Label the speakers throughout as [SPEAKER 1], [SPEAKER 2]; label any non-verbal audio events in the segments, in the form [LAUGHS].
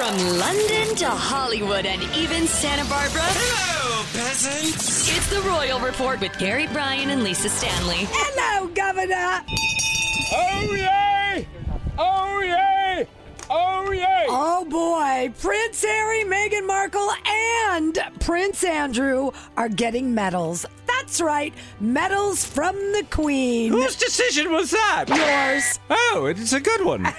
[SPEAKER 1] From London to Hollywood and even Santa Barbara.
[SPEAKER 2] Hello, peasants.
[SPEAKER 1] It's the Royal Report with Gary Bryan and Lisa Stanley.
[SPEAKER 3] Hello, Governor.
[SPEAKER 4] Oh yay! Oh yay! Oh yay!
[SPEAKER 3] Oh boy, Prince Harry, Meghan Markle, and Prince Andrew are getting medals. That's right, medals from the Queen.
[SPEAKER 2] Whose decision was that?
[SPEAKER 3] Yours.
[SPEAKER 2] Oh, it's a good one.
[SPEAKER 3] [LAUGHS]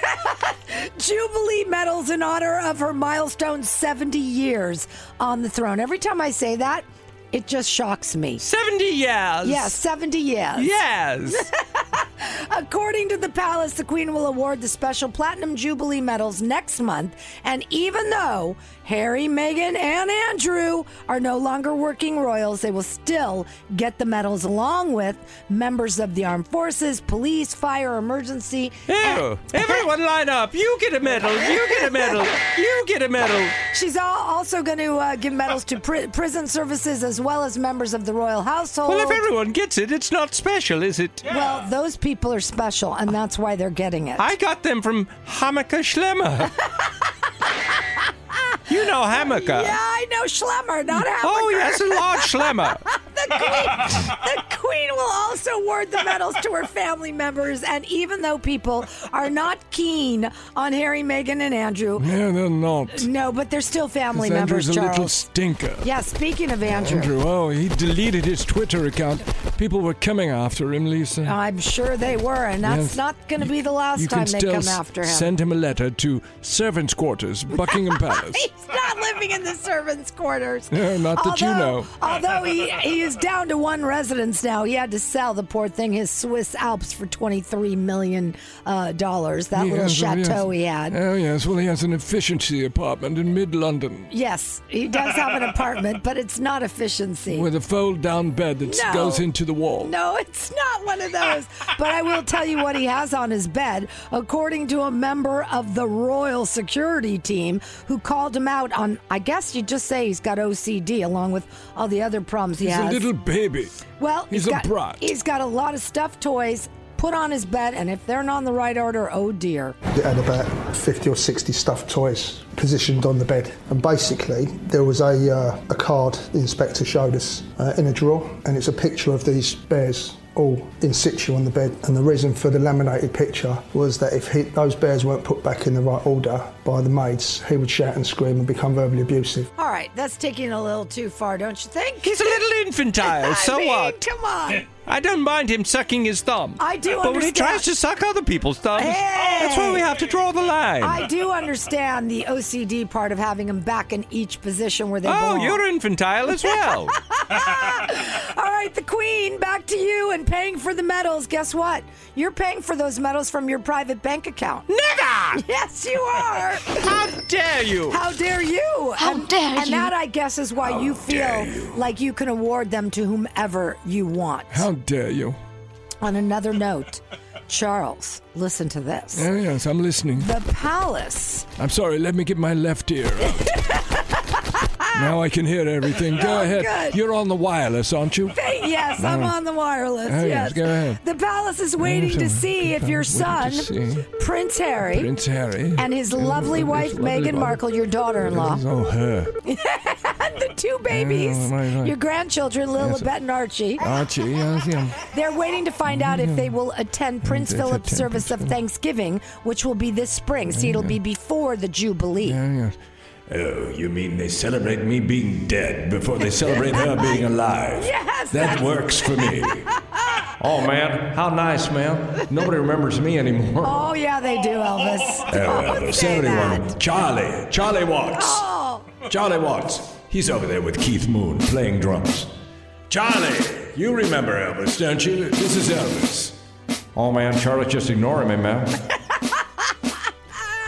[SPEAKER 3] Jubilee medals in honor of her milestone 70 years on the throne. Every time I say that, it just shocks me.
[SPEAKER 2] 70 years.
[SPEAKER 3] Yeah, 70 years.
[SPEAKER 2] Yes.
[SPEAKER 3] [LAUGHS] According to the palace, the Queen will award the special Platinum Jubilee medals next month. And even though Harry, Meghan, and Andrew are no longer working royals, they will still get the medals along with members of the armed forces, police, fire, emergency.
[SPEAKER 2] Ew. Everyone line up. You get a medal. You get a medal. You get a medal.
[SPEAKER 3] She's al- also going to uh, give medals to pri- prison services as well as members of the royal household.
[SPEAKER 2] Well, if everyone gets it, it's not special, is it?
[SPEAKER 3] Well, those people are special, and that's why they're getting it.
[SPEAKER 2] I got them from Hamaka Schlemmer. you know Hamaka.
[SPEAKER 3] yeah, I know Schlemmer, not Hammer.
[SPEAKER 2] Oh, yes, a large Schlemmer.
[SPEAKER 3] The queen, [LAUGHS] the queen will also award the medals to her family members, and even though people are not keen on Harry, Meghan, and Andrew,
[SPEAKER 5] Yeah, they're not.
[SPEAKER 3] no, but they're still family members.
[SPEAKER 5] Andrew's a little
[SPEAKER 3] Charles.
[SPEAKER 5] stinker.
[SPEAKER 3] yeah, speaking of Andrew,
[SPEAKER 5] Andrew, oh, he deleted his Twitter account. People were coming after him, Lisa.
[SPEAKER 3] I'm sure they were, and that's
[SPEAKER 5] Yes.
[SPEAKER 3] not going to be the last
[SPEAKER 5] you
[SPEAKER 3] Oh, time
[SPEAKER 5] can
[SPEAKER 3] they
[SPEAKER 5] still
[SPEAKER 3] come
[SPEAKER 5] s-
[SPEAKER 3] after him.
[SPEAKER 5] send him a letter to servants'
[SPEAKER 3] [LAUGHS]
[SPEAKER 5] quarters, Buckingham Palace.
[SPEAKER 3] He's not living in the servants' quarters.
[SPEAKER 5] No, not that you know.
[SPEAKER 3] Although he, he is down to one residence now. He had to sell the poor thing, his Swiss Alps, for $23 million. Uh, dollars, that
[SPEAKER 5] He
[SPEAKER 3] little
[SPEAKER 5] has a- yes.
[SPEAKER 3] chateau he had.
[SPEAKER 5] Oh yes, well he has an efficiency apartment in mid London
[SPEAKER 3] Yes, he does have an apartment, but it's not efficiency.
[SPEAKER 5] with a fold down bed that
[SPEAKER 3] No.
[SPEAKER 5] goes into the wall.
[SPEAKER 3] No, it's not one of those. but I will tell you what he has on his bed. According to a member of the royal security team who called him out on, I guess you just say he's got OCD along with all the other problems he
[SPEAKER 5] He's
[SPEAKER 3] has.
[SPEAKER 5] a little baby.
[SPEAKER 3] well,
[SPEAKER 5] he's a
[SPEAKER 3] got,
[SPEAKER 5] brat.
[SPEAKER 3] He's got a lot of stuffed toys put on his bed, and if they're not in the right order, oh dear.
[SPEAKER 6] It had about 50 or 60 stuffed toys positioned on the bed. And basically, there was a, uh, a card the inspector showed us uh, in a drawer, and it's a picture of these bears all in situ on the bed. And the reason for the laminated picture was that if he, those bears weren't put back in the right order by the maids, he would shout and scream and become verbally abusive.
[SPEAKER 3] All right, that's taking it a little too far, don't you think?
[SPEAKER 2] He's a little infantile.
[SPEAKER 3] [LAUGHS] I
[SPEAKER 2] so
[SPEAKER 3] mean,
[SPEAKER 2] what?
[SPEAKER 3] Come on.
[SPEAKER 2] I don't mind him sucking his thumb.
[SPEAKER 3] I do
[SPEAKER 2] But when he
[SPEAKER 3] understand.
[SPEAKER 2] tries to suck other people's thumbs, that's where we have to draw the line.
[SPEAKER 3] I do understand the OCD part of having them back in each position where they
[SPEAKER 2] oh,
[SPEAKER 3] belong.
[SPEAKER 2] you're infantile as well.
[SPEAKER 3] All right, the Queen, back to you and paying for the medals. Guess what? You're paying for those medals from your private bank account.
[SPEAKER 2] Never!
[SPEAKER 3] [LAUGHS] Yes, you are.
[SPEAKER 2] How dare you!
[SPEAKER 3] How dare you?
[SPEAKER 1] How
[SPEAKER 3] and,
[SPEAKER 1] dare
[SPEAKER 3] And
[SPEAKER 1] you.
[SPEAKER 3] that, I guess, is why you feel like you can award them to whomever you want.
[SPEAKER 5] How dare you?
[SPEAKER 3] On another note, Charles, listen to this.
[SPEAKER 5] Oh yes, I'm listening.
[SPEAKER 3] The
[SPEAKER 5] [LAUGHS]
[SPEAKER 3] palace.
[SPEAKER 5] I'm sorry, let me get my left ear
[SPEAKER 3] [LAUGHS]
[SPEAKER 5] out. now I can hear everything. Go
[SPEAKER 3] Oh,
[SPEAKER 5] ahead.
[SPEAKER 3] good.
[SPEAKER 5] You're on the wireless, aren't you?
[SPEAKER 3] Yes, I'm on the wireless.
[SPEAKER 5] Oh, yes,
[SPEAKER 3] yes.
[SPEAKER 5] go ahead.
[SPEAKER 3] The palace is waiting to
[SPEAKER 5] sorry.
[SPEAKER 3] see if your son,
[SPEAKER 5] Waiting to see.
[SPEAKER 3] Prince Harry,
[SPEAKER 5] Prince Harry.
[SPEAKER 3] and his lovely
[SPEAKER 5] his
[SPEAKER 3] wife,
[SPEAKER 5] lovely
[SPEAKER 3] Meghan
[SPEAKER 5] wife.
[SPEAKER 3] Markle, your daughter in law,
[SPEAKER 5] Oh, her.
[SPEAKER 3] [LAUGHS] the two babies,
[SPEAKER 5] Yeah, right, right.
[SPEAKER 3] your grandchildren, Lilibet and Archie.
[SPEAKER 5] Archie, yes, yeah.
[SPEAKER 3] They're waiting to find out if they will attend Prince
[SPEAKER 5] they
[SPEAKER 3] Philip's
[SPEAKER 5] attend
[SPEAKER 3] service
[SPEAKER 5] Prince
[SPEAKER 3] of
[SPEAKER 5] Philip.
[SPEAKER 3] Thanksgiving, which will be this spring. See, it'll be before the Jubilee.
[SPEAKER 5] yeah, yeah.
[SPEAKER 7] Oh, you mean they celebrate me being dead before they celebrate her being alive?
[SPEAKER 3] [LAUGHS] Yes,
[SPEAKER 7] That works
[SPEAKER 3] [LAUGHS]
[SPEAKER 7] for me.
[SPEAKER 2] Oh man, how nice, man. Nobody remembers me anymore.
[SPEAKER 3] Oh yeah, they do,
[SPEAKER 5] [LAUGHS]
[SPEAKER 3] Elvis.
[SPEAKER 7] Uh,
[SPEAKER 3] Oh, Don't say that. Oh.
[SPEAKER 7] 71. Charlie. Charlie Watts.
[SPEAKER 5] Oh.
[SPEAKER 7] Charlie Watts. He's over there with Keith Moon playing drums. Charlie, you remember Elvis, don't you? This is Elvis.
[SPEAKER 2] Oh man, Charlotte just ignoring me, man.
[SPEAKER 7] eh,
[SPEAKER 5] [LAUGHS]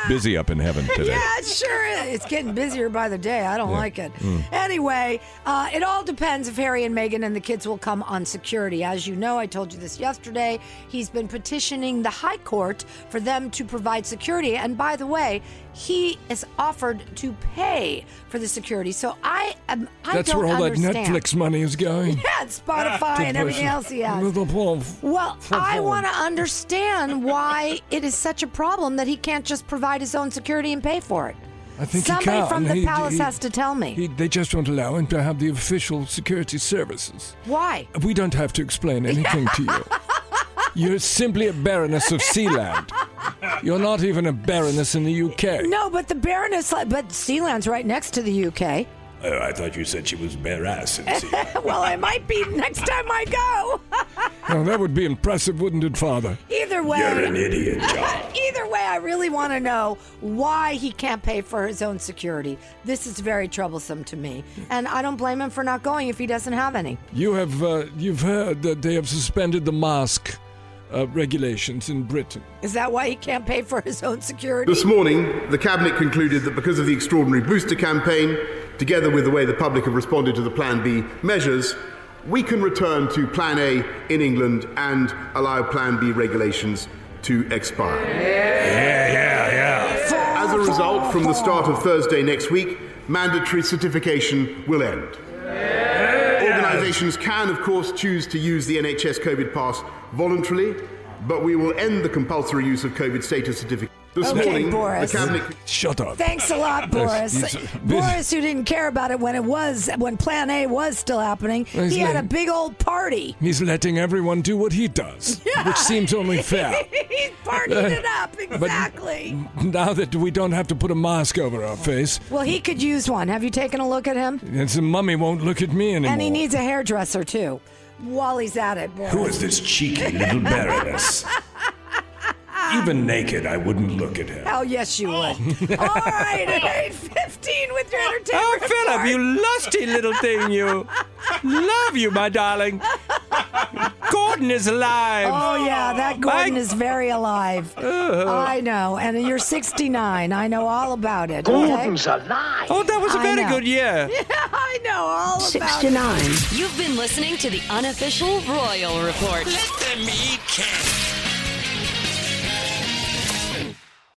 [SPEAKER 7] Busy up in heaven today.
[SPEAKER 3] Yeah, it sure. Is. It's getting busier by the day. I don't like it.
[SPEAKER 5] Mm.
[SPEAKER 3] Anyway, uh, it all depends if Harry and Meghan and the kids will come on security. As you know, I told you this yesterday. He's been petitioning the High Court for them to provide security. And by the way, he is offered to pay for the security. So I am. I
[SPEAKER 5] That's
[SPEAKER 3] don't
[SPEAKER 5] where all
[SPEAKER 3] understand.
[SPEAKER 5] that Netflix money is going.
[SPEAKER 3] Yeah,
[SPEAKER 5] [LAUGHS]
[SPEAKER 3] Spotify and everything else he has.
[SPEAKER 5] Little Paul. [LAUGHS]
[SPEAKER 3] Well,
[SPEAKER 5] For
[SPEAKER 3] I
[SPEAKER 5] Paul.
[SPEAKER 3] want to understand why it is such a problem that he can't just provide his own security and pay for it.
[SPEAKER 5] I think he
[SPEAKER 3] Somebody
[SPEAKER 5] can.
[SPEAKER 3] from the
[SPEAKER 5] He-
[SPEAKER 3] palace
[SPEAKER 5] he-
[SPEAKER 3] has to tell me
[SPEAKER 5] He, they just won't allow him to have the official security services.
[SPEAKER 3] why.
[SPEAKER 5] We don't have to explain anything
[SPEAKER 3] [LAUGHS]
[SPEAKER 5] to you. You're simply a Baroness of Sealand. You're not even a Baroness in the UK.
[SPEAKER 3] No, but the Baroness, but Sealand's right next to the UK.
[SPEAKER 7] Oh, I thought you said she was bare ass in the
[SPEAKER 5] [LAUGHS]
[SPEAKER 7] sea.
[SPEAKER 3] [LAUGHS] well, I might be next time I go. [LAUGHS]
[SPEAKER 5] Now, that would be impressive, wouldn't it, Father?
[SPEAKER 3] Either way.
[SPEAKER 7] You're an idiot, John.
[SPEAKER 3] [LAUGHS] Either way, I really want to know why he can't pay for his own security. This is very troublesome to me. And I don't blame him for not going if he doesn't have any.
[SPEAKER 5] You have uh, you've heard that they have suspended the mask uh, regulations in Britain.
[SPEAKER 3] Is that why he can't pay for his own security?
[SPEAKER 8] This morning, the Cabinet concluded that because of the extraordinary booster campaign, together with the way the public have responded to the Plan B measures, we can return to Plan A in England and allow Plan B regulations to expire.
[SPEAKER 7] Yeah, yeah, yeah.
[SPEAKER 8] As a result, from the start of Thursday next week, mandatory certification will end. Organisations can, of course, choose to use the NHS COVID pass voluntarily, but we will end the compulsory use of COVID status certificates. This
[SPEAKER 3] Okay,
[SPEAKER 8] morning,
[SPEAKER 3] Boris.
[SPEAKER 8] the Cabinet.
[SPEAKER 5] Shut up.
[SPEAKER 3] Thanks a lot, Boris. [LAUGHS]
[SPEAKER 5] Yes, yes.
[SPEAKER 3] Boris, who didn't care about it when it was when Plan A was still happening,
[SPEAKER 5] Well, he's
[SPEAKER 3] he had a
[SPEAKER 5] late.
[SPEAKER 3] big old party.
[SPEAKER 5] He's letting everyone do what he does, which seems only fair.
[SPEAKER 3] [LAUGHS] he partied it up exactly.
[SPEAKER 5] Now that we don't have to put a mask over our face,
[SPEAKER 3] well, he could use one. Have you taken a look at him?
[SPEAKER 5] and so mummy won't look at me anymore.
[SPEAKER 3] And he needs a hairdresser too. While he's at it, Boris.
[SPEAKER 7] Who is this cheeky little baroness? Even naked, I wouldn't look at her.
[SPEAKER 3] Oh yes, you would. All right, at eight fifteen with your entertainment.
[SPEAKER 2] Oh, Philip,
[SPEAKER 3] report.
[SPEAKER 2] you lusty little thing, you. Love you, my darling. Gordon is alive.
[SPEAKER 3] Oh yeah, that Gordon
[SPEAKER 2] My-
[SPEAKER 3] is very alive. I know, and you're 69. I know all about it. Gordon's alive.
[SPEAKER 2] Oh, that was a
[SPEAKER 3] I
[SPEAKER 2] very
[SPEAKER 3] know.
[SPEAKER 2] good year.
[SPEAKER 3] [LAUGHS] Yeah, I know all about it.
[SPEAKER 1] You've been listening to the unofficial Royal Report.
[SPEAKER 2] Let them eat cake.